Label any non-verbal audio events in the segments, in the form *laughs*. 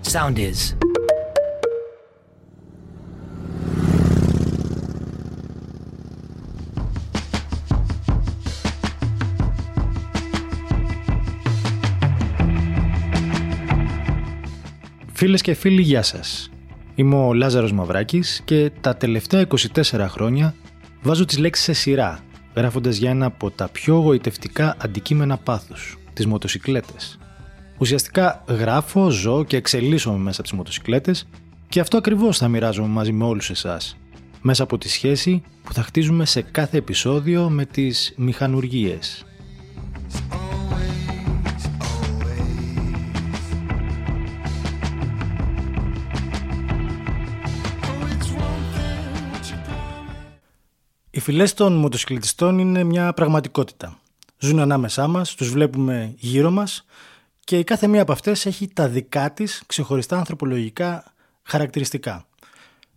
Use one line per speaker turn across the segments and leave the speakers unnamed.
Sound is.
Φίλες και φίλοι, γεια σας. Είμαι ο Λάζαρος Μαυράκης και τα τελευταία 24 χρόνια βάζω τις λέξεις σε σειρά, γράφοντας για ένα από τα πιο γοητευτικά αντικείμενα πάθους, τις μοτοσικλέτες. Ουσιαστικά γράφω, ζω και εξελίσσομαι μέσα από τις μοτοσικλέτες και αυτό ακριβώς θα μοιράζομαι μαζί με όλους εσάς, μέσα από τη σχέση που θα χτίζουμε σε κάθε επεισόδιο με τις μηχανουργίες. Οι φυλές των μοτοσυκλετιστών είναι μια πραγματικότητα. Ζουν ανάμεσά μας, τους βλέπουμε γύρω μας και η κάθε μία από αυτές έχει τα δικά της ξεχωριστά ανθρωπολογικά χαρακτηριστικά.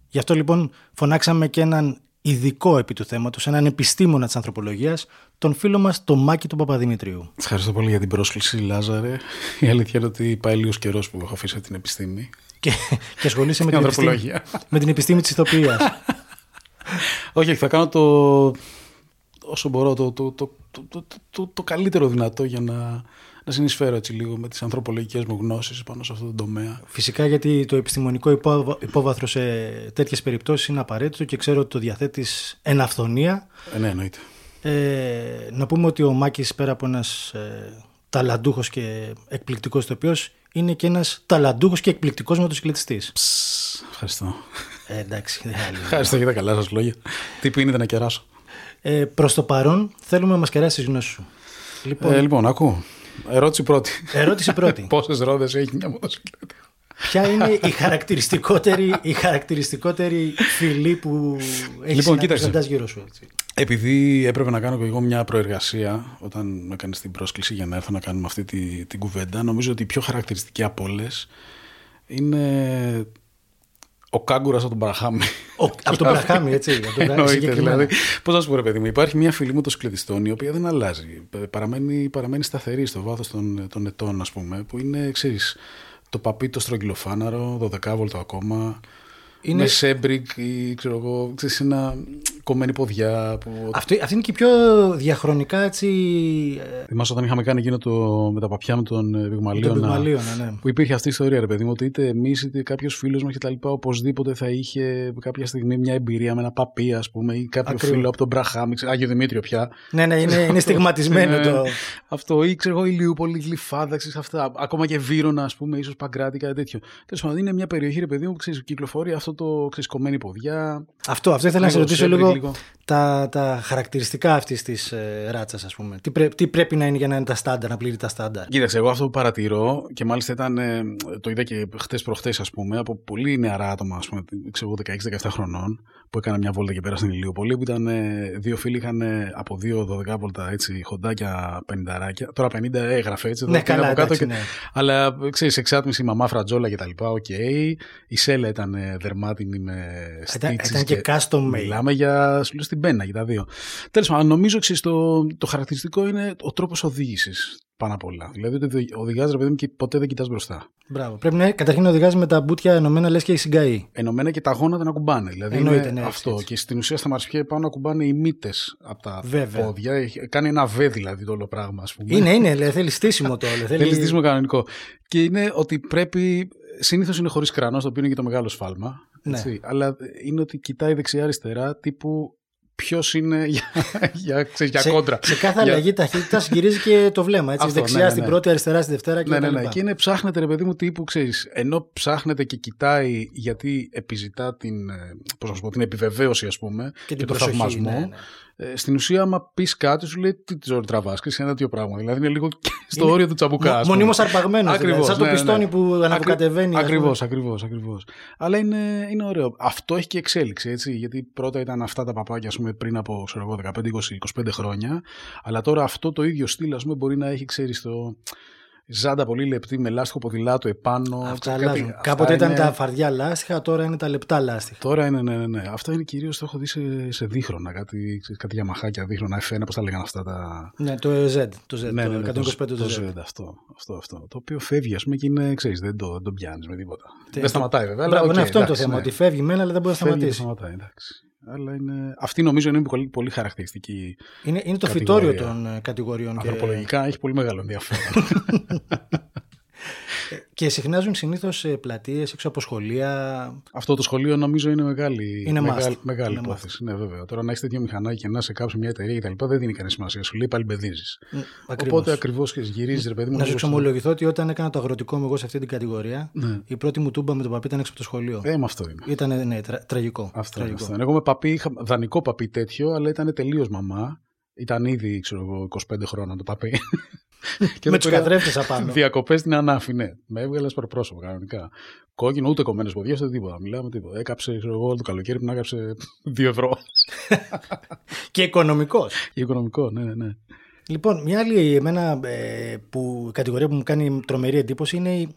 Γι' αυτό λοιπόν φωνάξαμε και έναν ειδικό επί του θέματος, έναν επιστήμονα της ανθρωπολογίας, τον φίλο μας τον Μάκη τον Παπαδημητρίου.
Σας ευχαριστώ πολύ για την πρόσκληση, Λάζαρε. Η αλήθεια είναι ότι πάει λίγος καιρός που έχω αφήσει την επιστήμη.
Και, και ασχολείσαι με, την επιστήμη,
ανθρωπολογία.
με την επιστήμη της ηθοποιίας.
Όχι, θα κάνω το. όσο μπορώ, το, το, το, το, το, το, το καλύτερο δυνατό για να, να συνεισφέρω έτσι λίγο με τις ανθρωπολογικές μου γνώσεις πάνω σε αυτό το τομέα.
Φυσικά γιατί το επιστημονικό υπόβα- υπόβαθρο σε τέτοιες περιπτώσεις είναι απαραίτητο και ξέρω ότι το διαθέτεις εν αυθονία.
Ε, ναι, εννοείται.
Ε, να πούμε ότι ο Μάκης πέρα από ένας ε, ταλαντούχος και εκπληκτικός τοπιός είναι και ένας ταλαντούχος και εκπληκτικός μοτοσυκλετιστής.
Ψ, ευχαριστώ.
Ε, εντάξει, δεν θα λέω.
Ευχαριστώ για τα καλά σας λόγια. Τι πίνετε να κεράσω.
ε, προς το παρόν θέλουμε να μας κεράσεις τις γνώσεις σου. Λοιπόν,
Ε, λοιπόν, ακούω. Ερώτηση πρώτη.
ερώτηση πρώτη.
Πόσες ρόδες έχει μια μοτοσυκλέτα.
Ποια είναι η χαρακτηριστικότερη, η χαρακτηριστικότερη φυλή που έχεις
Λοιπόν,
να
κοίταξε.
συναντάς γύρω σου. Έτσι.
Επειδή έπρεπε να κάνω και εγώ μια προεργασία όταν με έκανε την πρόσκληση για να έρθω να κάνουμε αυτή τη, την κουβέντα, νομίζω ότι η πιο χαρακτηριστική από όλες είναι ο κάγκουρας από τον Παραχάμι.
Ο- από
*laughs*
τον Παραχάμι, έτσι, από τον Παραχάμι,
Εννοείται,
συγκεκριμένα.
δηλαδή. Πώς να σου πω, ρε παιδί μου, υπάρχει μια φυλή μοτοσυκλετιστών η οποία δεν αλλάζει. Ε, Παραμένει, παραμένει σταθερή στο βάθος των, των ετών, ας πούμε, που είναι, ξέρεις, το παπί το στρογγυλοφάναρο, 12 βόλτο ακόμα.
Είναι-
Είναι... Με σέμπρικ ή ξέρω εγώ, ξέρεις, ένα κομμένη ποδιά που
Αυτή, αυτή είναι και η πιο διαχρονικά έτσι. ε,
Θυμάσαι όταν είχαμε κάνει εκείνο το, με τα παπιά με τον ε, Πυγμαλίωνα.
Των πυγμαλίων, ναι.
Που υπήρχε αυτή η ιστορία, ρε παιδί μου, ότι είτε εμείς είτε κάποιος φίλος μας κτλ. Οπωσδήποτε θα είχε κάποια στιγμή μια εμπειρία με ένα παπί, ας πούμε, ή κάποιο
Ακριβώς.
φίλο από τον Μπραχάμι, ξέρω, Άγιο Δημήτριο πια.
Ναι, ναι, είναι, είναι στιγματισμένο
Ναι.
το.
Αυτό, ή ξέρω εγώ, Ηλιούπολη, Γλυφάδα, ξέρεις, αυτά. Ακόμα και Βύρονα, ας πούμε, ίσως Παγκράτη, κάτι τέτοιο. Τέλος πάντων, είναι μια περιοχή, ρε παιδί μου, που ξέρεις, κυκλοφορεί αυτό το ξέρεις, κομμένη ποδιά.
Αυτό, αυτό ήθελα να σε
Λίγο
ρωτήσω
σέμπρικ,
λίγο
λίγο.
τα, τα χαρακτηριστικά αυτής της ε, ράτσας, ας πούμε. Τι, πρέ- τι πρέπει να είναι για να είναι τα στάνταρ, να πλήρει τα στάνταρ.
Κοίταξε, εγώ αυτό που παρατηρώ και μάλιστα ήταν, ε, το είδα και χτες προχτές, ας πούμε, από πολύ νεαρά άτομα, ας πούμε, ξέρω εγώ, 16-17 χρονών, που έκανα μια βόλτα και πέρα στην Ηλιοπολή, που ήταν ε, δύο φίλοι είχαν ε, από δύο 12 βόλτα έτσι, χοντάκια 50 Τώρα 50 έγραφε έτσι,
Ναι,
12
καλά,
από κάτω.
εντάξει,
και-
ναι.
Αλλά ξέρεις, εξάτμιση μαμά φρατζόλα και τα λοιπά, οκ. Η σέλα ήταν ε, δερμάτινη με
Ήταν-
στίτσες
ήταν και custom made.
Μιλάμε για σου λέω, στην πένα για τα δύο. Τέλος πάντων, νομίζω ξέρεις, το, το χαρακτηριστικό είναι ο τρόπος οδήγησης πάνω απ' όλα. Δηλαδή ότι οδηγά ρε παιδί μου και ποτέ δεν κοιτάς μπροστά.
Μπράβο. Πρέπει να καταρχήν να οδηγάζει με τα μπουτια ενωμένα λες και έχει συγκαεί.
Ενωμένα και τα γόνα να κουμπάνε. Δηλαδή
Εννοείται,
είναι
ναι, έτσι,
αυτό.
έτσι.
Και στην ουσία στα μαρσιέ πάνω να κουμπάνε οι μύτες από τα
Βέβαια.
πόδια. Έχει- Κάνει ένα βέ δηλαδή το όλο πράγμα, ας πούμε.
Είναι, είναι, λέει, θέλει στήσιμο το όλο.
Θέλει
Θέλει...
στήσιμο κανονικό. Και είναι ότι πρέπει. Συνήθως είναι χωρίς κρανό, το οποίο είναι και το μεγάλο σφάλμα.
Ναι.
Έτσι. Αλλά είναι ότι κοιτάει δεξιά-αριστερά τύπου ποιος είναι για, για, ξέρεις, για
σε,
κόντρα.
σε κάθε
Για-
αλλαγή ταχύτητας γυρίζει και το βλέμμα. Έτσι,
Αυτό, ναι,
δεξιά
ναι,
στην
ναι.
πρώτη, αριστερά στη δευτέρα και
Ναι,
τα
ναι, ναι.
λοιπά.
Και είναι ψάχνεται, ρε παιδί μου, τύπου ξέρεις. Ενώ ψάχνεται και κοιτάει γιατί επιζητά την, ε, πώς να σου πω, την επιβεβαίωση, ας πούμε,
Και
και,
την
τον
προσοχή,
θαυμασμό.
ναι, ναι.
ε, στην ουσία, άμα πεις κάτι, σου λέει τι ζόρι τραβά και σε ένα τέτοιο πράγμα. Δηλαδή είναι λίγο και στο
Είναι
όριο του τσαμπουκά. ας πούμε.
μονίμως αρπαγμένος, δηλαδή,
Ακριβώς, ναι,
σαν το πιστόνι που αναβοκατεβαίνει, ας πούμε.
Ακριβώς, ακριβώς, ακριβώ. Αλλά είναι, είναι ωραίο. Αυτό έχει και εξέλιξη, έτσι. Γιατί πρώτα ήταν αυτά τα παπάκια, ας πούμε, πριν από ξέρω εγώ, 15, 20, 25 χρόνια. Αλλά τώρα αυτό το ίδιο στυλ, ας πούμε, μπορεί να έχει, ξέρεις, το. Ζάντα πολύ λεπτή με λάστιχο ποδηλάτο επάνω.
Αυτά
Κάτι-
αλλάζουν.
αυτά
Κάποτε ήταν
είναι-
τα φαρδιά λάστιχα, τώρα είναι τα λεπτά λάστιχα.
Τώρα είναι, ναι, ναι, ναι. Αυτά είναι κυρίως το έχω δει σε, σε δίχρονα. Κάτι, ξέρεις, κάτι για μαχάκια δίχρονα. F1, πώς τα λέγανε αυτά τα.
Ναι, το Z, το Z,
ναι, ναι, ναι,
το 125
το
το Z.
Z, αυτό, αυτό, αυτό. Το οποίο φεύγει, ας πούμε, και είναι, ξέρεις, δεν το, δεν το πιάνεις με τίποτα.
Τι-
Δεν σταματάει, βέβαια. αλλά
Μπράβο,
οκ,
είναι αυτό το
εντάξει,
θέμα.
ναι.
Ότι φεύγει μένα, αλλά δεν μπορεί να
Φεύγει και
σταματήσει.
σταματάει, εντάξει. Αλλά είναι... Αυτή νομίζω είναι πολύ, πολύ χαρακτηριστική.
Είναι, είναι το
Κατηγορία.
φυτόριο των ε, κατηγοριών. Και,
Ανθρωπολογικά έχει πολύ μεγάλο
*laughs*
ενδιαφέρον.
και συχνάζουν συνήθως πλατείες έξω από σχολεία.
αυτό το σχολείο νομίζω είναι μεγάλη,
Είναι
μεγάλη,
must.
μεγάλη
Είναι
υπόθεση. Ναι, βέβαια. Τώρα να έχεις τέτοιο μηχανάκι και να σε κάψει μια εταιρεία κτλ. δεν δίνει κανένα σημασία. Σου λέει πάλι μπεδίζεις.
Μ, ακριβώς.
Οπότε ναι. ακριβώ και γυρίζεις, ρε παιδί μου.
Να σου
λίγο στο-
εξομολογηθώ ότι όταν έκανα το αγροτικό μου εγώ σε αυτή την κατηγορία,
Ναι.
η πρώτη μου τούμπα με τον παπί ήταν έξω από το σχολείο.
Ε, με αυτό είναι.
Ήταν ναι, τρα- τραγικό.
Αυτό είναι,
τραγικό.
αυτό είναι. Εγώ με παπί, είχα δανεικό παπί τέτοιο, αλλά ήταν τελείως μαμά. Ήταν ήδη, ξέρω εγώ, 25 χρόνων το παπί. *laughs* ναι. και
Με
το
του
πήρα-
καθρέφτε απάνω.
Διακοπές στην ανάφη, ναι. Με έβγαλε προπρόσωπος κανονικά. Κόκκινο, ούτε κομμένες ποδιέ, ούτε τίποτα. Μιλάμε τίποτα. Έκαψε, ξέρω εγώ, το καλοκαίρι που να *laughs* έκαψε 2 ευρώ.
και οικονομικός.
Οικονομικός, ναι, ναι. ναι.
Λοιπόν, μια άλλη εμένα, ε, που, κατηγορία που μου κάνει τρομερή εντύπωση είναι οι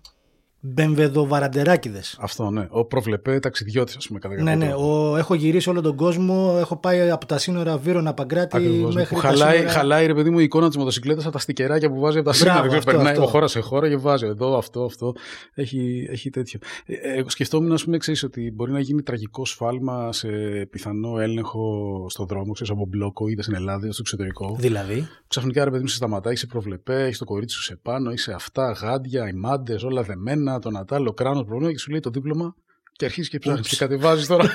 μπεμβεδοβαραντεράκιδε.
Αυτό, ναι. Ο προβλεπέ ταξιδιώτης, ας πούμε, κατά κάποιο
Ναι, ναι.
τρόπο.
Ο, έχω γυρίσει όλο τον κόσμο. Έχω πάει από τα σύνορα Βύρονα Παγκράτη
Ακριβώς, ναι.
μέχρι.
Που
τα
χαλάει,
σύνορα-
χαλάει, ρε παιδί μου, η εικόνα της μοτοσυκλέτας από τα στικεράκια που βάζει από τα σύνορα.
Μπράβο,
Δεν ξέρω,
αυτό,
περνάει
αυτό.
από χώρα σε χώρα και βάζει εδώ, αυτό, αυτό. Έχει, έχει τέτοιο. Ε, ε, εγώ σκεφτόμουν, ας πούμε, ξέρεις ότι μπορεί να γίνει τραγικό σφάλμα σε πιθανό έλεγχο στον δρόμο, ξέρεις από μπλόκο, είτε στην Ελλάδα είτε στο εξωτερικό.
Δηλαδή.
Ξαφνικά ρε παιδί μου σε σταματάει, σε προβλεπέ, έχεις το κορίτσι σου σε πάνω, είσαι αυτά, γάντια, οι μάντες, όλα δεμένα, τον ατάλλο, κράνο, προβλήμα και σου λέει το δίπλωμα και αρχίζεις και ψάχνεις
Ούψ.
και κατεβάζεις τώρα.
*laughs*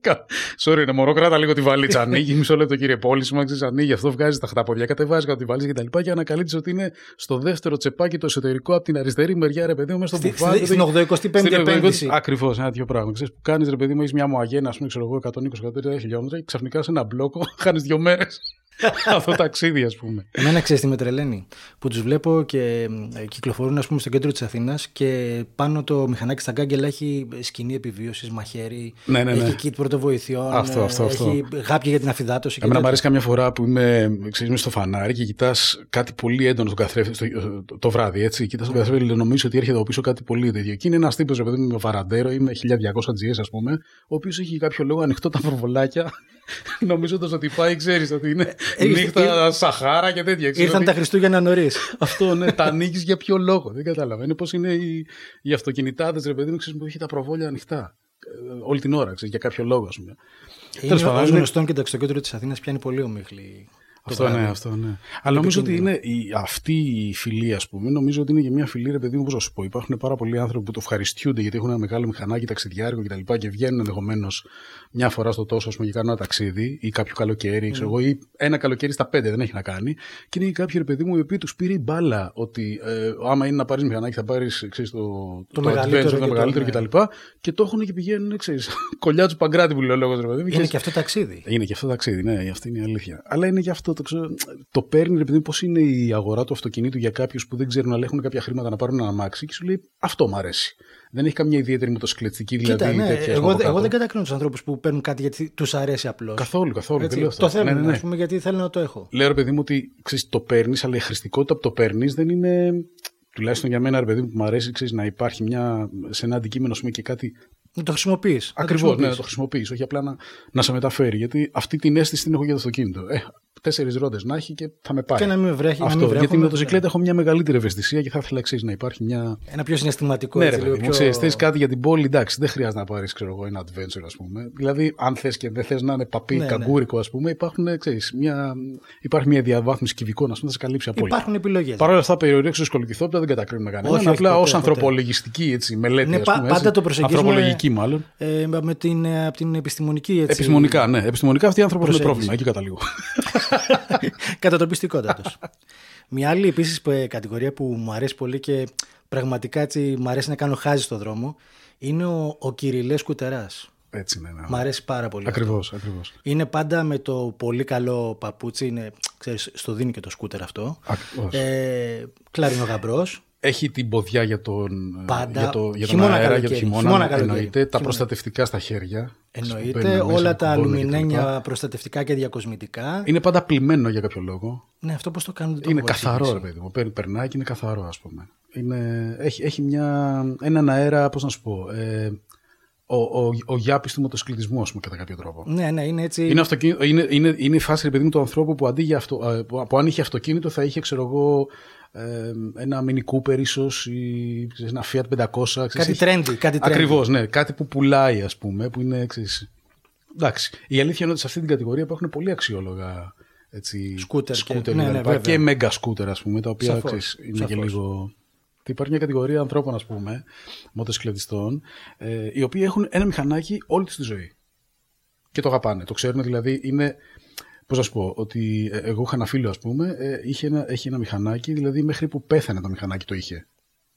Κα- Sorry, είναι μωρό, κράτα λίγο τη βαλίτσα. Ανοίγει, μισό λεπτό κύριε Πόλησμα, ξέρεις, ανοίγει αυτό, βγάζει τα χταποδιά, κατεβάζει κάτω τη βαλίτσα κτλ. Και, ανακαλύπτεις ότι είναι στο δεύτερο τσεπάκι το εσωτερικό από την αριστερή μεριά, ρε παιδί μου, μέσα στο
Στη,
μπουφάν.
στη, στην 85η επένδυση.
Ακριβώς, ένα τέτοιο πράγμα. Ξέρεις, που κάνεις, ρε παιδί μου, έχεις μια μοαγένα, ας πούμε, ξέρω εγώ, 120-130 χιλιόμετρα και ξαφνικά σε ένα μπλόκο χάνεις δύο μέρες. Αυτό το ταξίδι, ας πούμε.
Εμένα ξέρεις τι με τρελαίνει. Που τους βλέπω και ε, κυκλοφορούν, ας πούμε, στο κέντρο της Αθήνας και πάνω το μηχανάκι στα γκάγκελα έχει σκηνή επιβίωσης, μαχαίρι.
Ναι, ναι, ναι.
Έχει kit πρωτοβοηθειών.
Αυτό,
ε,
αυτό, αυτό.
Έχει γάπια για την αφυδάτωση. και
Εμένα
τέτοια.
μου αρέσει καμιά φορά που είμαι, ξέρεις, είμαι στο φανάρι και κοιτάς κάτι πολύ έντονο στον καθρέφτη στο, το, το βράδυ. Έτσι. Κοιτάς τον καθρέφτη και νομίζω ότι έρχεται από πίσω κάτι πολύ τέτοιο. Και είναι ένας τύπος, ρε παιδί μου, με βαραντέρο ή με 1200 GS, ας πούμε, ο οποίος έχει για κάποιο λόγο ανοιχτό τα προβολάκια, νομίζοντα ότι πάει, ξέρεις, ότι είναι
Έχεις-
νύχτα Σαχάρα και τέτοια. ξέρεις,
Ήρθαν
ότι-
τα Χριστούγεννα νωρίς.
Αυτό, ναι, τα ανοίγεις για ποιο λόγο. Δεν κατάλαβα. Είναι πώς είναι οι, οι αυτοκινητάδες, ρε παιδί μου, ξέρεις, που έχει τα προβόλια ανοιχτά. Ε, Όλη την ώρα, ξέρεις, για κάποιο λόγο, ας πούμε.
Είναι
Τέλος πάντων,
ως
είναι- ναι.
γνωστόν και το στο κέντρο της Αθήνας πιάνει πολύ ομίχλη.
Αυτό ναι, αυτό ναι. Αλλά νομίζω ότι είναι η, αυτή η φιλία, ας πούμε, νομίζω ότι είναι και μια φιλία, ρε παιδί μου, όπω να σου πω. Υπάρχουν πάρα πολλοί άνθρωποι που το ευχαριστούνται γιατί έχουν ένα μεγάλο μηχανάκι ταξιδιάρικο κτλ. Και, και βγαίνουν ενδεχομένως μια φορά στο τόσο, ας πούμε, και κάνουν ένα ταξίδι ή κάποιο
Ναι.
καλοκαίρι, ξέρω εγώ, ή ένα καλοκαίρι στα πέντε, δεν έχει να κάνει. Και είναι και κάποιοι, ρε παιδί μου, οι οποίοι τους πήρε η μπάλα ότι ε, άμα είναι να πάρεις μηχανάκι θα πάρεις το,
μεγαλύτερο
adventure,
και
το
το-
μεγαλύτερο
ναι.
κτλ. Και το έχουν και πηγαίνουν, ξέρεις, κολλιά του παγκράτη που λέει ο λόγος, ρε παιδί μου.
Είναι
και
και αυτό ταξίδι.
είναι και αυτό ταξίδι, ναι, αυτή είναι η αλήθεια. Αλλά είναι και αυτό, το, ξέρω, το παίρνει, επειδή πώς είναι η αγορά του αυτοκινήτου για κάποιους που δεν ξέρουν, αλλά έχουν κάποια χρήματα να πάρουν ένα αμάξι και σου λέει Αυτό μ' αρέσει. Δεν έχει καμία ιδιαίτερη μοτοσυκλετική δηλαδή.
Κοίτα, ναι,
τέτοια,
εγώ,
από
εγώ
κάτω.
δεν κατακρίνω τους ανθρώπους που παίρνουν κάτι γιατί τους αρέσει απλώς.
Καθόλου, καθόλου. δεν λέω αυτό.
Το θέλουν,
Ναι, ναι, ναι.
ας πούμε, γιατί θέλουν να το έχω.
Λέω ρε παιδί μου ότι ξέρεις, το παίρνεις, αλλά η χρηστικότητα που το παίρνεις δεν είναι. Τουλάχιστον για μένα, ρε παιδί μου, που μου αρέσει ξέρεις, να υπάρχει μια, σε ένα αντικείμενο ας πούμε, και κάτι
Να το χρησιμοποιείς.
Ακριβώς, ναι, να το χρησιμοποιήσει, όχι απλά να, να σε μεταφέρει. Γιατί αυτή την αίσθηση την έχω για το αυτοκίνητο. Ε, Τέσσερις ρόντες να έχει και θα με πάρει.
Και να μην με βρέχει, να
Αυτό.
μην βρέχομαι,
γιατί με μοτοσυκλέτα
ναι.
έχω μια μεγαλύτερη ευαισθησία και θα ήθελα εξής να υπάρχει μια.
Ένα πιο συναισθηματικό.
Ναι, ρε
έτσι, λίγο
παιδί μου,
πιο-
ξέρεις, θες κάτι για την πόλη, εντάξει, δεν χρειάζεται να πάρεις, ξέρω εγώ, ένα adventure, ας πούμε. Δηλαδή, αν θες και δεν θες να είναι παπί,
Ναι, ναι.
καγκούρικο, ας πούμε, υπάρχουν, ξέρεις, μια, υπάρχει μια διαβάθμιση κυβικών, ας πούμε, να σε καλύψει από όλα.
Υπάρχουν επιλογές.
Παρ' όλα αυτά, περιορίξει του κολυκυθόπτα δεν κατακρίνουμε κανέναν.
Όχι, όχι,
απλά
ποτέ,
ως
ποτέ.
ανθρωπολογιστική έτσι, μελέτη.
Ναι,
ας
πα-
πούμε,
πάντα
έτσι.
το προσεγγίζουμε-
Ανθρωπολογική, μάλλον.
Ε, με την, ε, από την επιστημονική έτσι,
Επιστημονικά, ναι. Επιστημονικά αυτοί οι άνθρωποι έχουν
Προσέγγιση.
πρόβλημα. Εκεί καταλήγω.
Κατατοπιστικότατος. Μια άλλη επίσης κατηγορία που μου αρέσει πολύ και πραγματικά έτσι μου αρέσει να κάνω χάζι στο δρόμο είναι ο, ο Κυριλές Κουτεράς.
*laughs* Έτσι, ναι. ναι.
Μ' αρέσει πάρα πολύ.
Ακριβώς, ακριβώς.
Είναι πάντα με το πολύ καλό παπούτσι, είναι, ξέρεις, στο δίνει και το σκούτερ αυτό.
Ακριβώς.
Ε, κλαρινογαμπρός,
Έχει την ποδιά για τον,
Πάντα.
για το, για τον
Χειμώνα,
αέρα, για
καλοκαίρι.
τον χειμώνα,
Χειμώνα, καλοκαίρι.
εννοείται, τα
Χειμώνα.
προστατευτικά στα χέρια. που
Εννοείται
παίρνουν
όλα
μέσα,
τα
κουμπώνουν κτλ.
αλουμινένια προστατευτικά και διακοσμητικά.
Είναι πάντα πλημμένο για κάποιο λόγο.
Ναι, αυτό πώς το κάνουν. δεν το
Ε, είναι
έχω
καθαρό, ρε
εξηγήσει.
παιδί μου. Παίρνει, περνάει και είναι καθαρό, ας πούμε. Είναι, έχει, έχει μια, έναν αέρα, πώς να σου πω. Ε, ο, ο, ο γιάπης του μοτοσυκλητισμού, ας πούμε, κατά κάποιο τρόπο.
Ναι, ναι, είναι έτσι.
Είναι, αυτοκίνητο, είναι, είναι, είναι η φάση, ρε παιδί μου, του ανθρώπου που, αντί για αυτο, ε, που, που αν είχε αυτοκίνητο θα είχε, ξέρω εγώ, ε, ένα Mini Cooper ίσως ή ξέρεις, ένα Fiat 500. Ξέρεις,
Κάτι
έχει-
trendy, κάτι trendy.
Ακριβώς, ναι. Κάτι που πουλάει, ας πούμε, που είναι, ξέρεις... Εντάξει, η αλήθεια είναι ότι σε αυτή την κατηγορία υπάρχουν πολύ αξιόλογα έτσι,
Σκούτερ και-
σκούτερ
ναι,
και,
ναι,
λοιπά,
βέβαια.
και mega σκούτερ, ας πούμε, τα οποία
Σαφώς,
ξέρεις, είναι και
σαφώς.
λίγο... Υπάρχει μια κατηγορία ανθρώπων, ας πούμε, μοτοσυκλετιστών, ε, οι οποίοι έχουν ένα μηχανάκι όλη τους τη ζωή και το αγαπάνε. Το ξέρουν δηλαδή είναι. Πώς να σου πω, ότι ε, εγώ είχα ένα φίλο, ας πούμε, ε, είχε ένα, έχει ένα μηχανάκι, δηλαδή μέχρι που πέθανε το μηχανάκι το είχε.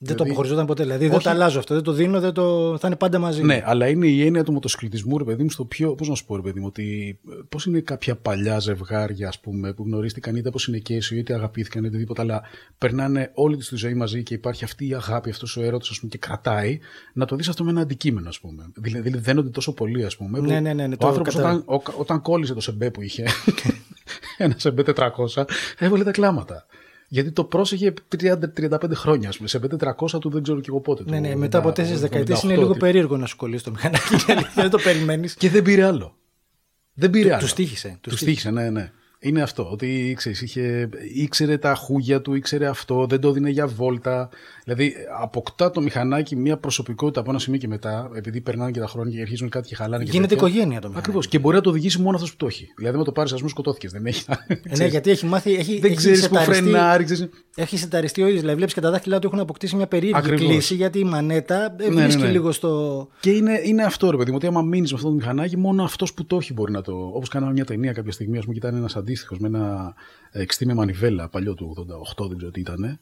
Δεν το αποχωριζόταν ποτέ. Δηλαδή δεν
Όχι.
το αλλάζω αυτό, δεν το δίνω, δεν το... θα είναι πάντα μαζί.
Ναι, αλλά είναι η έννοια του μοτοσυκλητισμού, ρε παιδί μου, στο πιο. Πώς να σου πω, ρε παιδί μου, ότι πώς είναι κάποια παλιά ζευγάρια, ας πούμε, που γνωρίστηκαν είτε από συνεκέσιο, είτε αγαπήθηκαν, είτε οτιδήποτε, αλλά περνάνε όλη τους τη ζωή μαζί και υπάρχει αυτή η αγάπη, αυτός ο έρωτα, ας πούμε, και κρατάει, να το δεις αυτό με ένα αντικείμενο, ας πούμε. Δηλαδή, δηλαδή δένονται τόσο πολύ, ας πούμε. που
Ναι, ναι, ναι, ναι,
ο
το
άνθρωπος
κατα-
όταν, ο- όταν κόλλησε το σεμπέ που είχε, *laughs* ένα σεμπέ 400, έβαλε τα κλάματα. Γιατί το πρόσεχε 30-35 χρόνια, ας πούμε. Σε 400 του δεν ξέρω και εγώ πότε.
ναι,
του
ναι, μετά από
70,
τέσσερις
78,
δεκαετίες είναι λίγο
τι-
περίεργο να σου κολλήσει το
*laughs*
μηχανάκι. η αλήθεια, δεν το περιμένεις.
και δεν πήρε άλλο. Δεν πήρε άλλο.
Του τύχησε.
Του τύχησε, ναι, ναι. Είναι αυτό. Ότι ξέρεις, είχε, ήξερε τα χούγια του, ήξερε αυτό, δεν το δίνε για βόλτα. Δηλαδή, αποκτά το μηχανάκι μια προσωπικότητα από ένα σημείο και μετά, επειδή περνάνε και τα χρόνια και αρχίζουν κάτι και χαλάνε. και
Γίνεται
τέτοια.
οικογένεια το μηχανάκι.
Ακριβώς. Και μπορεί να το οδηγήσει μόνο αυτός που το έχει. Δηλαδή, με το πάρεις, ας πούμε, σκοτώθηκες. Δεν έχει.
Ε, Ναι, γιατί έχει μάθει. Έχει,
δεν
έχει
ξέρεις που
σεταριστεί-
φρενάρει. ξέρεις.
Έχει σεταριστεί ο ίδιος. Δηλαδή, βλέπεις και τα δάχτυλά του έχουν αποκτήσει μια περίεργη
Ακριβώς.
κλίση γιατί η μανέτα ε,
Ναι, ναι,
βρίσκει
ναι.
λίγο στο.
Και είναι, είναι αυτό, ρε παιδί μου, ότι άμα μείνεις με αυτό το μηχανάκι, μόνο αυτός που το έχει μπορεί να το. Όπως κάναμε μια ταινία κάποια στιγμή, ας πούμε, και ήταν ένα αντίστοιχος με ένα εξτή με μανιβέλα παλιό του 88, δεν ξέρω τι ήταν,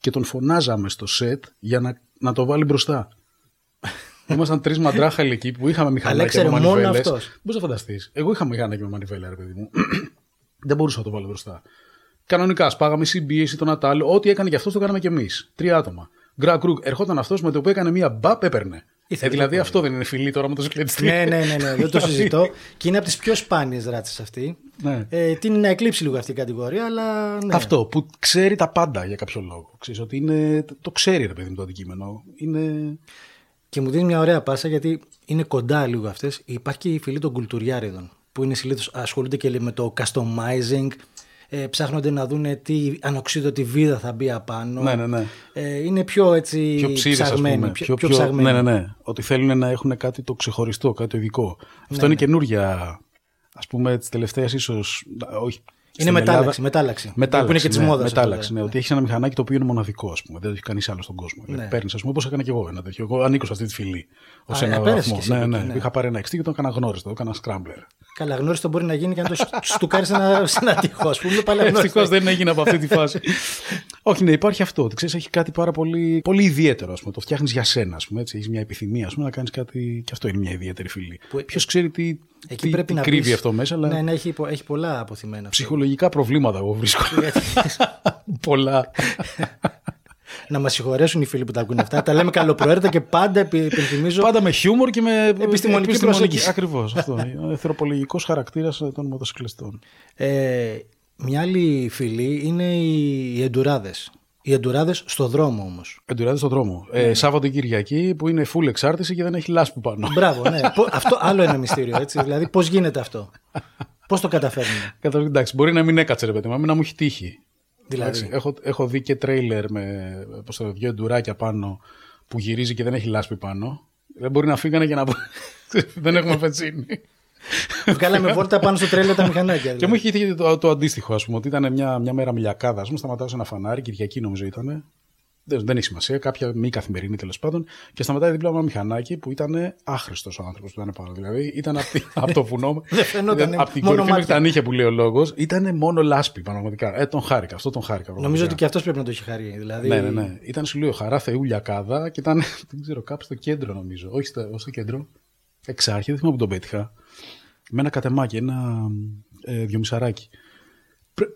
και τον φωνάζαμε στο σετ για να, να το βάλει
*laughs*
μπροστά. Ήμασταν τρεις μαντράχαλοι εκεί που είχαμε μηχανάκι
ήξερε
με
μόνο
μανιβέλε.
αυτός.
Πώ να φανταστείς. Εγώ είχα μηχανάκι με μανιβέλα, ρε παιδί μου. *clears throat* δεν μπορούσα να το βάλω μπροστά. Κανονικά, σπάγαμε συμπίεση, τον Ατάλο, ό,τι έκανε και αυτός το κάναμε κι εμείς. Τρία άτομα. Γκρα Κρουκ, ερχόταν αυτός με το που έκανε μία μπαπ, έπαιρνε.
Ήθελε
ε, δηλαδή
το
αυτό δεν είναι φιλή τώρα με το συγκλετιστή.
ναι, ναι, ναι, ναι, δεν το
*laughs* Δηλαδή,
συζητώ. και είναι από τις πιο σπάνιες ράτσε αυτή.
Ναι.
Ε, την να εκλείψει λίγο αυτή η κατηγορία, αλλά. Ναι.
Αυτό που ξέρει τα πάντα για κάποιο λόγο. Ξέρεις ότι είναι, το ξέρει ρε παιδί μου το αντικείμενο. Είναι...
Και μου δίνει μια ωραία πάσα γιατί είναι κοντά λίγο αυτές. Υπάρχει και η φυλή των κουλτουριάριδων που είναι συνήθως ασχολούνται και με το customizing. Ε, ψάχνονται να δουν τι ανοξίδωτη βίδα θα μπει απάνω.
Ναι, ναι, ναι.
Ε, είναι πιο έτσι
Πιο ψήρε, ας
ψαγμένοι.
πούμε.
Πιο, πιο, ψαγμένοι.
Ναι, ναι, ναι. Ότι θέλουν να έχουν κάτι το ξεχωριστό, κάτι το ειδικό.
Ναι,
Αυτό είναι καινούρια. ας πούμε, της τελευταίας ίσως. Όχι.
Είναι
στην
μετάλλαξη, μετάλλαξη.
Μετάλλαξη.
Που είναι και της
ναι,
μόδας.
Μετάλλαξη, ναι, ότι έχεις ένα μηχανάκι το οποίο είναι μοναδικό, ας πούμε. Δεν το έχει κανείς άλλο στον κόσμο. Δηλαδή, Παίρνεις, ας πούμε, όπως έκανα και εγώ ένα τέτοιο. Εγώ ανήκω σε αυτή τη φυλή. Ως
Ναι. Α,
ένα
ε, πέρασες κι
βαθμό.
εσύ
Ναι,
από
ναι,
εκεί, ναι.
Είχα πάρει ένα εξτή και το έκανα γνώριστο, το έκανα scrambler.
Καλά, γνώριστο μπορεί να γίνει και να το στ- στουκάρει σε ένα, σε ένα τείχο, ας πούμε. Πάλι
Ευτυχώ
αγνώριστο.
δεν έγινε από αυτή τη φάση. *laughs* Όχι, ναι, υπάρχει αυτό. Ότι ξέρεις, έχει κάτι πάρα πολύ, πολύ ιδιαίτερο. Ας πούμε. Το φτιάχνεις για σένα. Ας πούμε, έτσι. Έχεις μια επιθυμία ας πούμε, να κάνεις κάτι. Και αυτό είναι μια ιδιαίτερη φυλή.
Που- ε,
Ποιος ξέρει τι,
Εκεί
τι,
πρέπει
τι
να
κρύβει
πεις-
αυτό μέσα, αλλά
Ναι, ναι, έχει, πο- έχει πολλά αποθυμένα. αυτό.
ψυχολογικά προβλήματα εγώ βρίσκω.
*laughs*
*laughs* Πολλά.
να μας συγχωρέσουν οι φίλοι που τα ακούνε αυτά. τα λέμε καλοπροαίρετα και πάντα επι- υπενθυμίζω.
Πάντα με χιούμορ και με
Επιστημονική
*laughs*
προσέγγιση.
Ακριβώς αυτό.
*laughs*
Ο θεροπολογικό χαρακτήρας των μοτοσυκλιστών.
Ε, μια άλλη φυλή είναι οι, οι εντουράδες. Οι εντουράδες στο δρόμο όμως.
Εντουράδες στον δρόμο.
Ναι,
Ε, Σάββατο και Κυριακή που είναι full εξάρτηση και δεν έχει λάσπη πάνω.
Μπράβο,
*laughs*
ναι. Πο- αυτό άλλο ένα μυστήριο. Έτσι. δηλαδή, πώς γίνεται αυτό. Πώς το καταφέρνουμε.
Καταρχήν, εντάξει, μπορεί να μην έκατσε ρε παιδί μου, να μου έχει τύχει.
δηλαδή.
Εντάξει, έχω, έχω δει και τρέιλερ με πώς το λέω, δύο ντουράκια πάνω που γυρίζει και δεν έχει λάσπη πάνω. Δεν μπορεί να φύγανε για να *laughs* βγουν. δεν έχουμε βενζίνη.
Βγάλαμε βόρτα πάνω στο τρέλιο τα μηχανάκια.
και
δηλαδή.
μου είχε τύχει το, το αντίστοιχο, ας πούμε, ότι ήταν μια, μια μέρα μιλιακάδα. Μου σταματάω σε ένα φανάρι, Κυριακή νομίζω ήταν. Δεν, δεν έχει σημασία, κάποια μη καθημερινή τέλος πάντων. Και σταματάει δίπλα μου ένα μηχανάκι που ήταν άχρηστος ο άνθρωπος που ήταν πάνω. Δηλαδή ήταν από
*laughs*
το βουνό.
Δεν φαινόταν,
Από την
μόνο
κορυφή μέχρι
μάτια.
τα νύχια που λέει ο λόγος. Ήταν μόνο λάσπη πραγματικά. Ε, τον χάρηκα, αυτό τον χάρηκα.
Νομίζω
πραγματικά.
ότι και αυτός πρέπει να το έχει χαρεί. Δηλαδή,
Ναι, ναι, ναι. Ήταν σου λέω χαρά Θεού Λιακάδα και ήταν, *laughs* δεν ξέρω, κάπου στο κέντρο νομίζω. Όχι στα- στο, κέντρο. Εξάρχη, δεν θυμάμαι που τον πέτυχα. Με ένα κατεμάκι, ένα ε, *laughs*
*laughs*
δυομισαράκι. Πρε-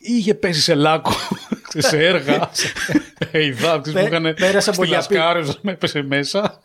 Είχε πέσει σε λάκκο, σε έργα. Ε, Η δάψη που
Πέ-
έκανε
πέρασε από
στη
γιαπή.
λασκάρουσα, με έπεσε μέσα.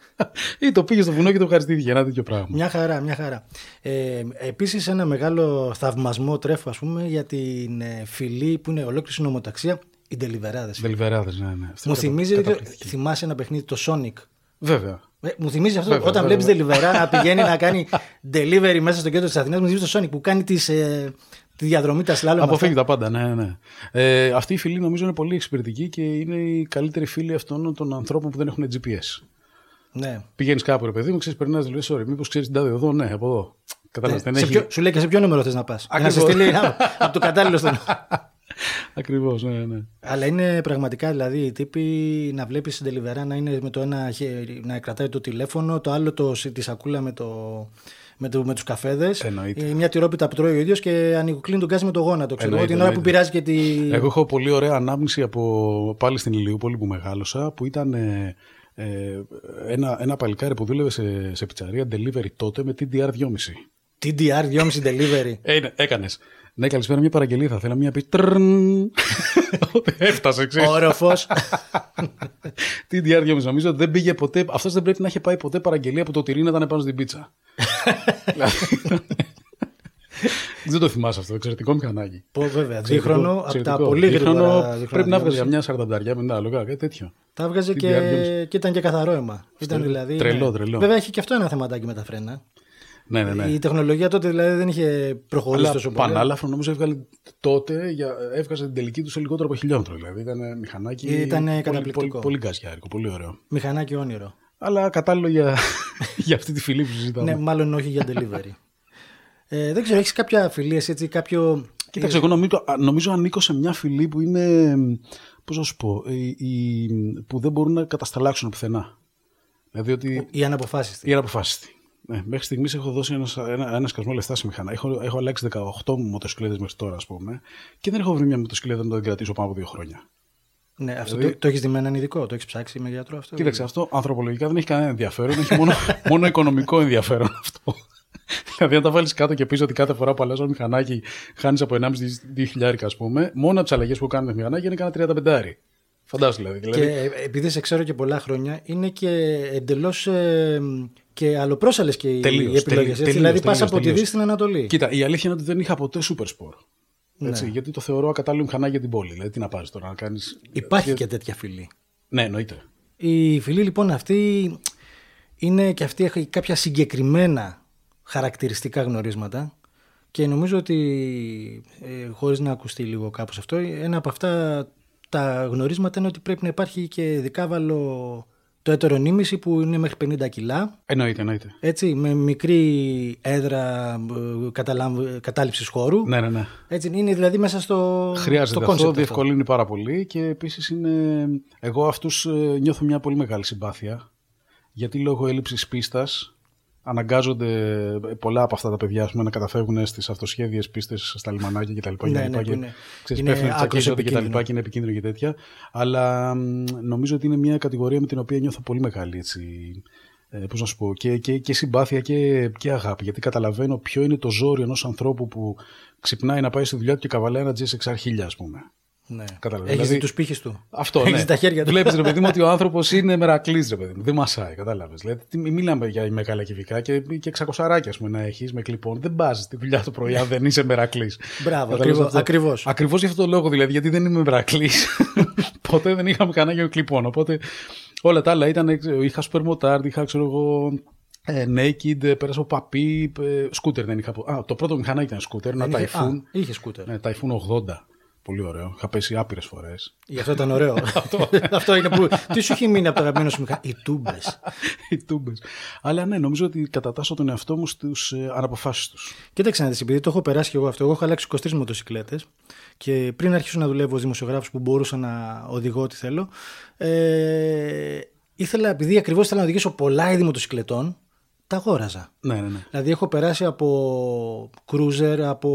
Ή το πήγε στο βουνό και το ευχαριστήθηκε. Ένα τέτοιο πράγμα.
Μια χαρά, μια χαρά. Ε, επίσης ένα μεγάλο θαυμασμό τρέφω ας πούμε για την ε, φυλή που είναι ολόκληρη νομοταξία, η Ντελιβεράδες.
Δελιβεράδε, ναι, ναι. Αυτή
Μου
κατα-
θυμίζει,
καταπληκτική.
θυμάσαι ένα παιχνίδι, το Sonic.
Βέβαια.
Ε, Μου θυμίζει αυτό
Βέβαια,
όταν
βέβαια.
βλέπεις Deliverá να πηγαίνει
*laughs*
να κάνει delivery μέσα στο κέντρο της Αθηνάς. Μου θυμίζει το Sonic που κάνει τις, ε, τη διαδρομή τα σλάλο.
Αποφύγει τα πάντα, ναι, ναι. Ε, αυτή η φυλή νομίζω είναι πολύ εξυπηρετική και είναι η καλύτερη φίλη αυτών των ανθρώπων που δεν έχουν GPS.
Ναι.
Πηγαίνεις κάπου, ρε παιδί μου, ξέρεις, περνάς, λέει, sorry, μήπως ξέρεις την τάδε οδό, ναι, από εδώ. Κατάλαβες, δεν
σε
έχει.
ποιο- σου λέει και σε ποιο νούμερο θες να πας. Να σε
Ακριβώς.
στείλει
*laughs*
από το κατάλληλο στον.
Ακριβώς, ναι, ναι.
Αλλά είναι πραγματικά δηλαδή οι τύποι να βλέπεις την Deliverá να είναι με το ένα χέρι να κρατάει το τηλέφωνο, το άλλο το, τη σακούλα με το. Με, το, με τους καφέδες,
Εννοείται.
Ε, μια τυρόπιτα που τρώει ο ίδιος και ανοιγοκλίνει τον γκάζι με το γόνατο. Ξέρω, εγώ,
Εννοείται,
την ώρα που πειράζει
εννοείται.
και τη...
Εγώ έχω πολύ ωραία ανάμνηση από πάλι στην Ηλιούπολη που μεγάλωσα, που ήταν ε, ε, ένα, ένα παλικάρι που δούλευε σε, σε πιτσαρία delivery τότε με TDR 2,5.
TDR 2,5
*laughs*
delivery.
Ε, ναι, έκανες. Ναι, καλησπέρα, μια παραγγελία θα θέλω. Μια πει. τρν. Ότι Έφτασε, ξέρει. *laughs*
Όροφος.
TDR 2,5. Νομίζω ότι δεν πήγε ποτέ. Αυτό δεν πρέπει να είχε πάει ποτέ παραγγελία που το τυρί να ήταν πάνω
*laughs*
στην πίτσα. Δηλαδή, δεν το θυμάσαι αυτό, εξαιρετικό μηχανάκι.
Πω βέβαια, δίχρονο, από τα
Εξαιρετικό.
πολύ
Δίχρονο,
γρήγορα δίχρονα
Πρέπει να
δίχρονα.
βγάζει για μια 40 50 λογά, κάτι τέτοιο.
Τα έβγαζε
Τι
και,
διάρκεια.
και ήταν και καθαρό αίμα. Ήταν δηλαδή,
τρελό, τρελό.
Βέβαια έχει και αυτό ένα θεματάκι με τα φρένα.
Ναι, ναι, ναι.
Η τεχνολογία τότε δηλαδή δεν είχε προχωρήσει
Αλλά
τόσο πολύ.
πανάλαφρο νομίζω έβγαλε τότε, για, έβγαζε την τελική του σε λιγότερο από χιλιόμετρο. Δηλαδή ήταν ε, μηχανάκι.
Ήτανε
πολύ-
καταπληκτικό.
Πολύ, πολύ γκαζιάρικο, πολύ ωραίο.
Μηχανάκι όνειρο.
Αλλά κατάλληλο για, *laughs* για αυτή τη φιλή που συζητάμε.
Ναι, μάλλον όχι για delivery. ε, δεν ξέρω, έχεις κάποια αφιλία έτσι, κάποιο.
Κοίταξε, εγώ νομίζω, α, νομίζω ανήκω σε μια φυλή που είναι. Πώς να σου πω, η, η- που δεν μπορούν να κατασταλάξουν πουθενά. Δηλαδή ότι.
ή αναποφάσιστη.
Η αναποφάσιστη. Ναι, μέχρι στιγμής έχω δώσει ένα, ένα, ένα σκασμό λεφτά στη μηχανά. Έχω, έχω αλλάξει 18 μοτοσυκλέτες μέχρι τώρα, ας πούμε, και δεν έχω βρει μια μοτοσυκλέτα να την κρατήσω πάνω από δύο χρόνια.
Ναι, αυτό
Δηλαδή-
το, το έχεις δει με έναν ειδικό, το έχεις ψάξει με γιατρό αυτό.
Κοίταξε, αυτό ανθρωπολογικά δεν έχει κανένα ενδιαφέρον. Έχει μόνο, *laughs* μόνο οικονομικό ενδιαφέρον αυτό. δηλαδή, αν τα βάλεις κάτω και πεις ότι κάθε φορά που αλλάζω μηχανάκι χάνεις από 1,5-2 χιλιάρικα, ας πούμε, μόνο από τις αλλαγές που κάνω με μηχανάκι είναι κανένα 35. Φαντάζομαι δηλαδή.
Και
δηλαδή
ε, επειδή σε ξέρω και πολλά χρόνια, είναι και εντελώς και αλλοπρόσαλες και οι-
Τελείως,
οι επιλογές.
τελείως,
Δηλαδή,
τελείως,
πας από τη
τελείως.
Δύση στην Ανατολή.
Κοίτα, η αλήθεια είναι ότι δεν είχα ποτέ σούπερ σπορ.
Ναι.
Έτσι, Γιατί το θεωρώ ακατάλληλο μηχανάκι για την πόλη. Δηλαδή, τι να πάρεις τώρα, να κάνεις.
Υπάρχει και τέτοια φυλή.
Ναι, εννοείται.
Οι φίλοι λοιπόν αυτοί είναι και αυτοί έχουν κάποια συγκεκριμένα χαρακτηριστικά γνωρίσματα και νομίζω ότι ε, χωρίς να ακουστεί λίγο κάπως αυτό ένα από αυτά τα γνωρίσματα είναι ότι πρέπει να υπάρχει και δικάβαλο το ετερονίμηση που είναι μέχρι 50 κιλά
Εννοείται, εννοείται.
έτσι, με μικρή έδρα ε, καταλάμβ- κατάληψης χώρου.
Ναι, ναι, ναι.
Έτσι, είναι δηλαδή μέσα στο, στο
Χρειάζεται αυτό,
concept αυτό.
διευκολύνει πάρα πολύ και επίσης είναι. Εγώ αυτούς νιώθω μια πολύ μεγάλη συμπάθεια. Γιατί λόγω έλλειψης πίστας αναγκάζονται ε, πολλά από αυτά τα παιδιά ας πούμε, να καταφεύγουν στις αυτοσχέδιες πίστες, στα λιμανάκια κτλ.
Ναι, ναι,
και τα λοιπά
που
και,
είναι-
ξέρεις,
είναι
πέφτουν,
άκρως
τσακίζονται και τα
επικίνδυνο.
λοιπά και είναι επικίνδυνο και τέτοια. Αλλά μ, νομίζω ότι είναι μια κατηγορία με την οποία νιώθω πολύ μεγάλη έτσι, ε, πώς να σου πω, και, και, και συμπάθεια και, και αγάπη. Γιατί καταλαβαίνω ποιο είναι το ζόρι ενός ανθρώπου που ξυπνάει να πάει στη δουλειά του και καβαλάει ένα GSX-R 1000, ας πούμε.
Ναι.
Κατάλαβα,
Έχεις
δηλαδή-
δει τους πύχες του.
Αυτό,
Έχεις
ναι.
τα χέρια του.
Βλέπεις, ρε παιδί μου, ότι ο άνθρωπος είναι μερακλής, ρε παιδί μου. Δεν μασάει, κατάλαβες. Δηλαδή, τι- μιλάμε για μεγάλα κυβικά και, και ξακοσαράκια, ας πούμε, να έχεις με κλειπών. Δεν πας τη δουλειά το πρωί, αν δεν είσαι μερακλής.
Μπράβο, ακριβώς, ακριβώς.
Ακριβώς γι' αυτό το λόγο, δηλαδή, γιατί δεν είμαι μερακλής.
*laughs*
Ποτέ δεν είχαμε κανένα κλειπών. Οπότε όλα τα άλλα ήταν, ε, ξέρω, είχα σούπερ μοτάρ, είχα, ξέρω εγώ, ε, naked, ε, πέρασα από παπί, ε, σκούτερ δεν είχα. από- Α, το πρώτο μηχανάκι ήταν σκούτερ, ένα
Δεν είχε-
ταϊφούν.
α, Είχε σκούτερ.
Ναι, ταϊφούν 80. Πολύ ωραίο. Είχα πέσει άπειρες φορές.
Γι' αυτό ήταν
*laughs*
ωραίο. *laughs* αυτό. είναι που. Τι σου έχει μείνει από το αγαπημένο σου μηχανή. Οι τούμπες.
*laughs* Οι τούμπες. Αλλά ναι, νομίζω ότι κατατάσσω τον εαυτό μου στους ε, αναποφάσιστου.
Κοίταξε να δεις, επειδή το έχω περάσει και εγώ αυτό. Εγώ έχω αλλάξει 23 μοτοσυκλέτες και πριν αρχίσω να δουλεύω ως δημοσιογράφος που μπορούσα να οδηγώ ό,τι θέλω. Ε, ήθελα, επειδή ακριβώς ήθελα να οδηγήσω πολλά είδη μοτοσυκλετών, τα αγόραζα.
Ναι, ναι, ναι.
Δηλαδή έχω περάσει από cruiser, από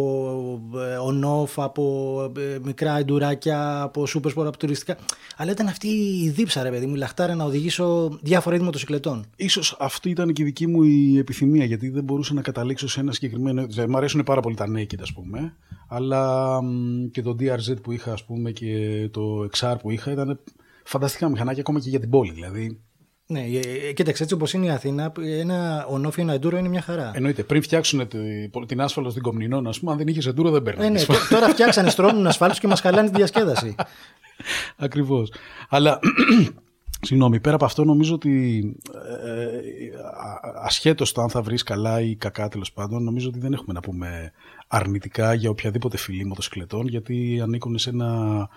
ε, on-off, από ε, μικρά εντουράκια, από super sport, από τουριστικά. Αλλά ήταν αυτή η δίψα ρε παιδί μου, η λαχτάρα να οδηγήσω διάφορα είδη μοτοσυκλετών.
Ίσως αυτή ήταν και η δική μου η επιθυμία, γιατί δεν μπορούσα να καταλήξω σε ένα συγκεκριμένο. Δηλαδή, μ' αρέσουν πάρα πολύ τα naked, ας πούμε, αλλά μ, και το DRZ που είχα, ας πούμε, και το XR που είχα ήταν φανταστικά μηχανάκια ακόμα και για την πόλη. Δηλαδή,
Ναι, ε, ε, κοίταξε, έτσι όπως είναι η Αθήνα, ένα ονόφιο ένα εντούρο είναι μια χαρά.
εννοείται, πριν φτιάξουν την άσφαλτο στην Κομνηνών, ας πούμε, αν δεν είχες εντούρο δεν
Ε,
παίρνανε.
ναι, τ- τώρα φτιάξανε στρώνουν ασφάλτους και μας χαλάνε τη
*laughs*
διασκέδαση.
Ακριβώς. Αλλά. *clears throat* Συγγνώμη, πέρα από αυτό νομίζω ότι ε, α- ασχέτως το αν θα βρεις καλά ή κακά τέλος πάντων νομίζω ότι δεν έχουμε να πούμε αρνητικά για οποιαδήποτε φυλή μοτοσυκλετών γιατί ανήκουν σε ένα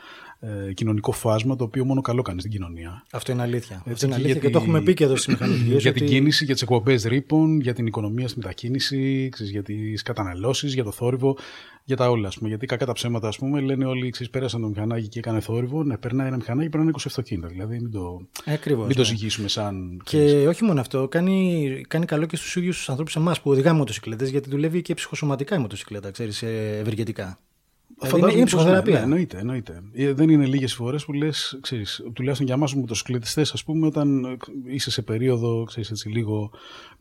ε, κοινωνικό φάσμα το οποίο μόνο καλό κάνει στην κοινωνία.
Αυτό είναι αλήθεια.
Έτσι,
Αυτό είναι αλήθεια
για
και το
τη-
έχουμε πει και εδώ στις
*coughs*
μηχανικέ.
για την κίνηση, για τις εκπομπές ρήπων, για την οικονομία στη μετακίνηση, ξέρεις, για τις καταναλώσεις, για το θόρυβο, για τα όλα. Ας πούμε. Γιατί κακά τα ψέματα, ας πούμε, λένε όλοι ξέρεις, πέρασαν το μηχανάκι και έκανε θόρυβο. Ναι, περνάει ένα μηχανάκι, περνάνε 20 αυτοκίνητα. Δηλαδή μην το,
Ακριβώς.
μην το ζυγίσουμε σαν. ξέρεις,
ναι. Και όχι μόνο αυτό, κάνει, κάνει καλό και στους ίδιους τους ανθρώπους εμάς που οδηγάμε μοτοσυκλέτες, γιατί δουλεύει και ψυχοσωματικά η μοτοσυκλέτα, ξέρεις, ευεργετικά. Δηλαδή είναι,
φαντάζομαι
είναι
πως- ναι,
ψυχοθεραπεία.
ναι, εννοείται, εννοείται. Ε, Δεν είναι λίγες φορές που λες, ξέρεις, τουλάχιστον για εμάς του μοτοσυκλετιστές, ας πούμε, όταν ε, είσαι σε περίοδο ξέρεις, έτσι, λίγο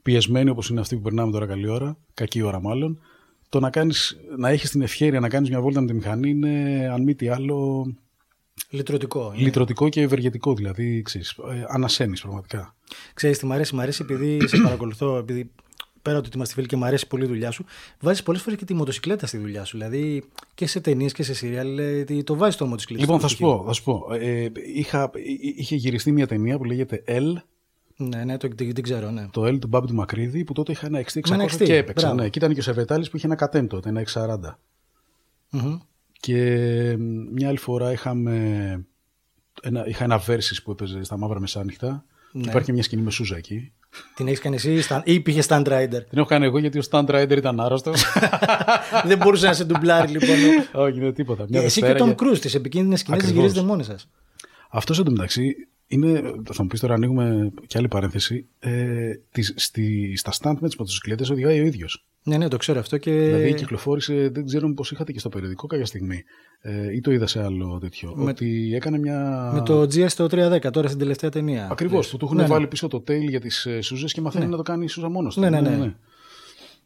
πιεσμένη, όπως είναι αυτή που περνάμε τώρα καλή ώρα, κακή ώρα μάλλον, το να, κάνεις, να έχεις την ευχαίρεια να κάνεις μια βόλτα με τη μηχανή είναι, αν μη τι άλλο,
Λυτρωτικό. είναι.
λυτρωτικό και ευεργετικό. Δηλαδή, ξέρεις, ε, ανασένεις πραγματικά.
Ξέρεις τι μ' αρέσει, μ' αρέσει επειδή σε παρακολουθώ, επειδή πέρα ότι είμαστε φίλοι και μ' αρέσει πολύ η δουλειά σου, βάζεις πολλές φορές και τη μοτοσυκλέτα στη δουλειά σου. Δηλαδή και σε ταινίες και σε σειριάλ, ε, τι- το βάζεις το μοτοσυκλέτα.
Λοιπόν,
στο
θα σου
στοιχείο.
πω, θα σου πω. Ε, είχα, ε, είχε γυριστεί μια ταινία που λέγεται L
Ναι, ναι, το, δεν ξέρω, ναι.
το L του Μπάμπη του Μακρύδη που τότε είχα ένα
Με ένα
6600
XT,
και έπαιξε.
μπράβο.
Ναι, και ήταν και ο Σεβετάλης που είχε ένα κατέμ τότε, ένα 640.
Μμμ.
Και μ, μια άλλη φορά είχαμε ένα, είχα ένα versus που έπαιζε στα μαύρα μεσάνυχτα.
Ναι.
Υπάρχει και μια σκηνή με Σούζα εκεί.
Την έχεις κάνει εσύ στα- ή πήγε stand rider.
Την έχω κάνει εγώ γιατί ο Stan Rider ήταν άρρωστος.
*laughs* δεν μπορούσε να σε ντουμπλάρει λοιπόν.
Όχι, δεν τίποτα. Μια
Ε, Εσύ και ο
Δευτέρα
Tom
και-
Cruise, τις επικίνδυνες σκηνές τι
Ακριβώς.
γυρίζετε μόνοι σας.
Αυτός εντωμεταξύ είναι, θα μου πεις τώρα, ανοίγουμε και άλλη παρένθεση. Ε, τις, στη, στα stand με τι μοτοσυκλέτε οδηγάει ο ίδιος.
Ναι, ναι, το ξέρω αυτό και.
Δηλαδή κυκλοφόρησε, δεν ξέρω πώς είχατε και στο περιοδικό κάποια στιγμή. Ε, ή το είδα σε άλλο τέτοιο.
Με-
Ότι έκανε μια.
Με το GS το 310 τώρα στην τελευταία ταινία.
Ακριβώς,
Λες.
που του έχουν
Ναι, ναι.
βάλει πίσω το tail για τις σούζες και μαθαίνει να το κάνει η σούζα μόνος του.
Ναι, ναι, ναι.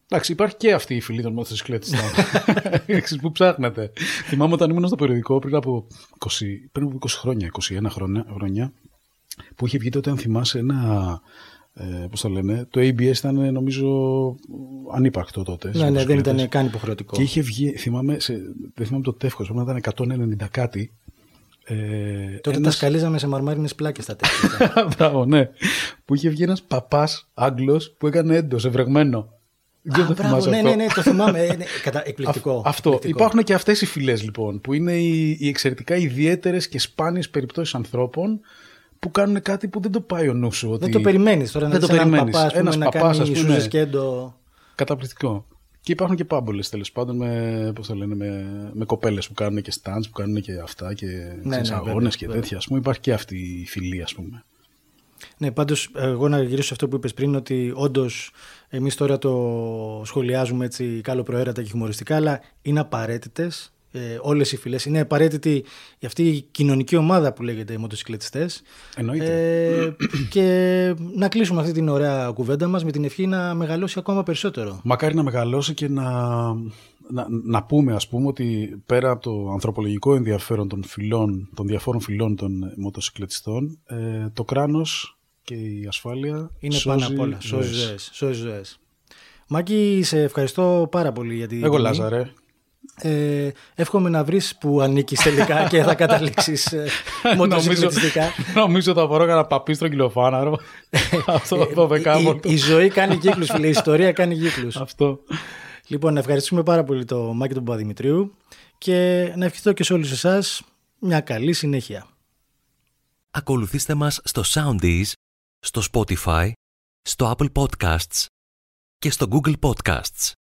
Εντάξει, υπάρχει και αυτή η φιλή των μοτοσυκλέτιστων.
*laughs*
Ξέρεις, που ψάχνετε. Θυμάμαι όταν ήμουν στο περιοδικό πριν από 20, πριν από 20 χρόνια, 21 χρόνια, χρόνια, που είχε βγει τότε, αν θυμάσαι, ένα. Ε, Πώς το λένε, το ABS ήταν ε, νομίζω ανύπαρκτο τότε. στις
Ναι, ναι, δεν
μοτοσυκλέτες.
ήταν καν υποχρεωτικό.
Και είχε βγει, θυμάμαι, σε, δεν θυμάμαι το τεύχος, πρέπει να ήταν 190 κάτι. Ε,
Τότε
ένας-
τα σκαλίζαμε σε μαρμάρινες πλάκες τα τέτοια.
Μπράβο, ναι. Που είχε βγει ένας παπάς Άγγλος που έκανε έντος, ευρεγμένο. *laughs* Δεν
Α,
το
μπράβο,
θυμάσαι
ναι,
αυτό.
ναι, ναι, το θυμάμαι. Ε, ναι, κατα- Εκπληκτικό.
Α- Αυτό.
εκπληκτικό.
Υπάρχουν και αυτές οι φυλές λοιπόν, που είναι οι, οι εξαιρετικά ιδιαίτερες και σπάνιες περιπτώσεις ανθρώπων που κάνουν κάτι που δεν το πάει ο νους σου.
Δεν
ότι-
το περιμένεις τώρα να
Δεν
δει
το
έναν
περιμένεις.
παπάς ας πούμε,
Ένας
να
παπάς, α
κάνει
πούμε.
σούζε και το.
Καταπληκτικό. Και υπάρχουν και πάμπολες τέλος πάντων με, πώς το λένε, με, με κοπέλες που κάνουν και stunts, που κάνουν και αυτά και ναι,
ναι,
αγώνε
βέβαια,
και
βέβαια.
τέτοια. Ας πούμε, υπάρχει και αυτή η φυλή, ας πούμε.
Ναι, πάντως, εγώ να γυρίσω σε αυτό που είπες πριν, ότι όντως εμείς τώρα το σχολιάζουμε έτσι καλοπροαίρετα και χιουμοριστικά, αλλά είναι απαραίτητες ε, όλες οι φυλές. Είναι απαραίτητη η- αυτή η κοινωνική ομάδα που λέγεται οι μοτοσυκλετιστές.
Εννοείται.
και να κλείσουμε αυτή την ωραία κουβέντα μας με την ευχή να μεγαλώσει ακόμα περισσότερο.
Μακάρι να μεγαλώσει και να, να, να πούμε ας πούμε ότι πέρα από το ανθρωπολογικό ενδιαφέρον των φυλών, των διαφόρων φυλών των μοτοσυκλετιστών, ε, το κράνος και η ασφάλεια
Είναι
σώζει
πάνω απ' όλα. Σώζει
ζωές.
ζωέ. Σώζει ζωές. Μάκη, σε ευχαριστώ πάρα πολύ για την.
Εγώ
τιμή.
Λάζαρε.
Ε, εύχομαι να βρεις που ανήκεις τελικά και θα ε, καταλήξει *laughs* μοτοσυκλετιστικά. Ε,
νομίζω θα μπορώ να παπίστρο κιλοφάναρο. Αυτό *laughs* το
η,
12
η ζωή κάνει κύκλους, φίλε. Η ιστορία κάνει κύκλους.
Αυτό.
λοιπόν, να ευχαριστούμε πάρα πολύ το Μάκη τον Παπαδημητρίου και να ευχηθώ και σε όλους εσάς μια καλή συνέχεια.
Ακολουθήστε μας στο Soundees, στο Spotify, στο Apple Podcasts και στο Google Podcasts.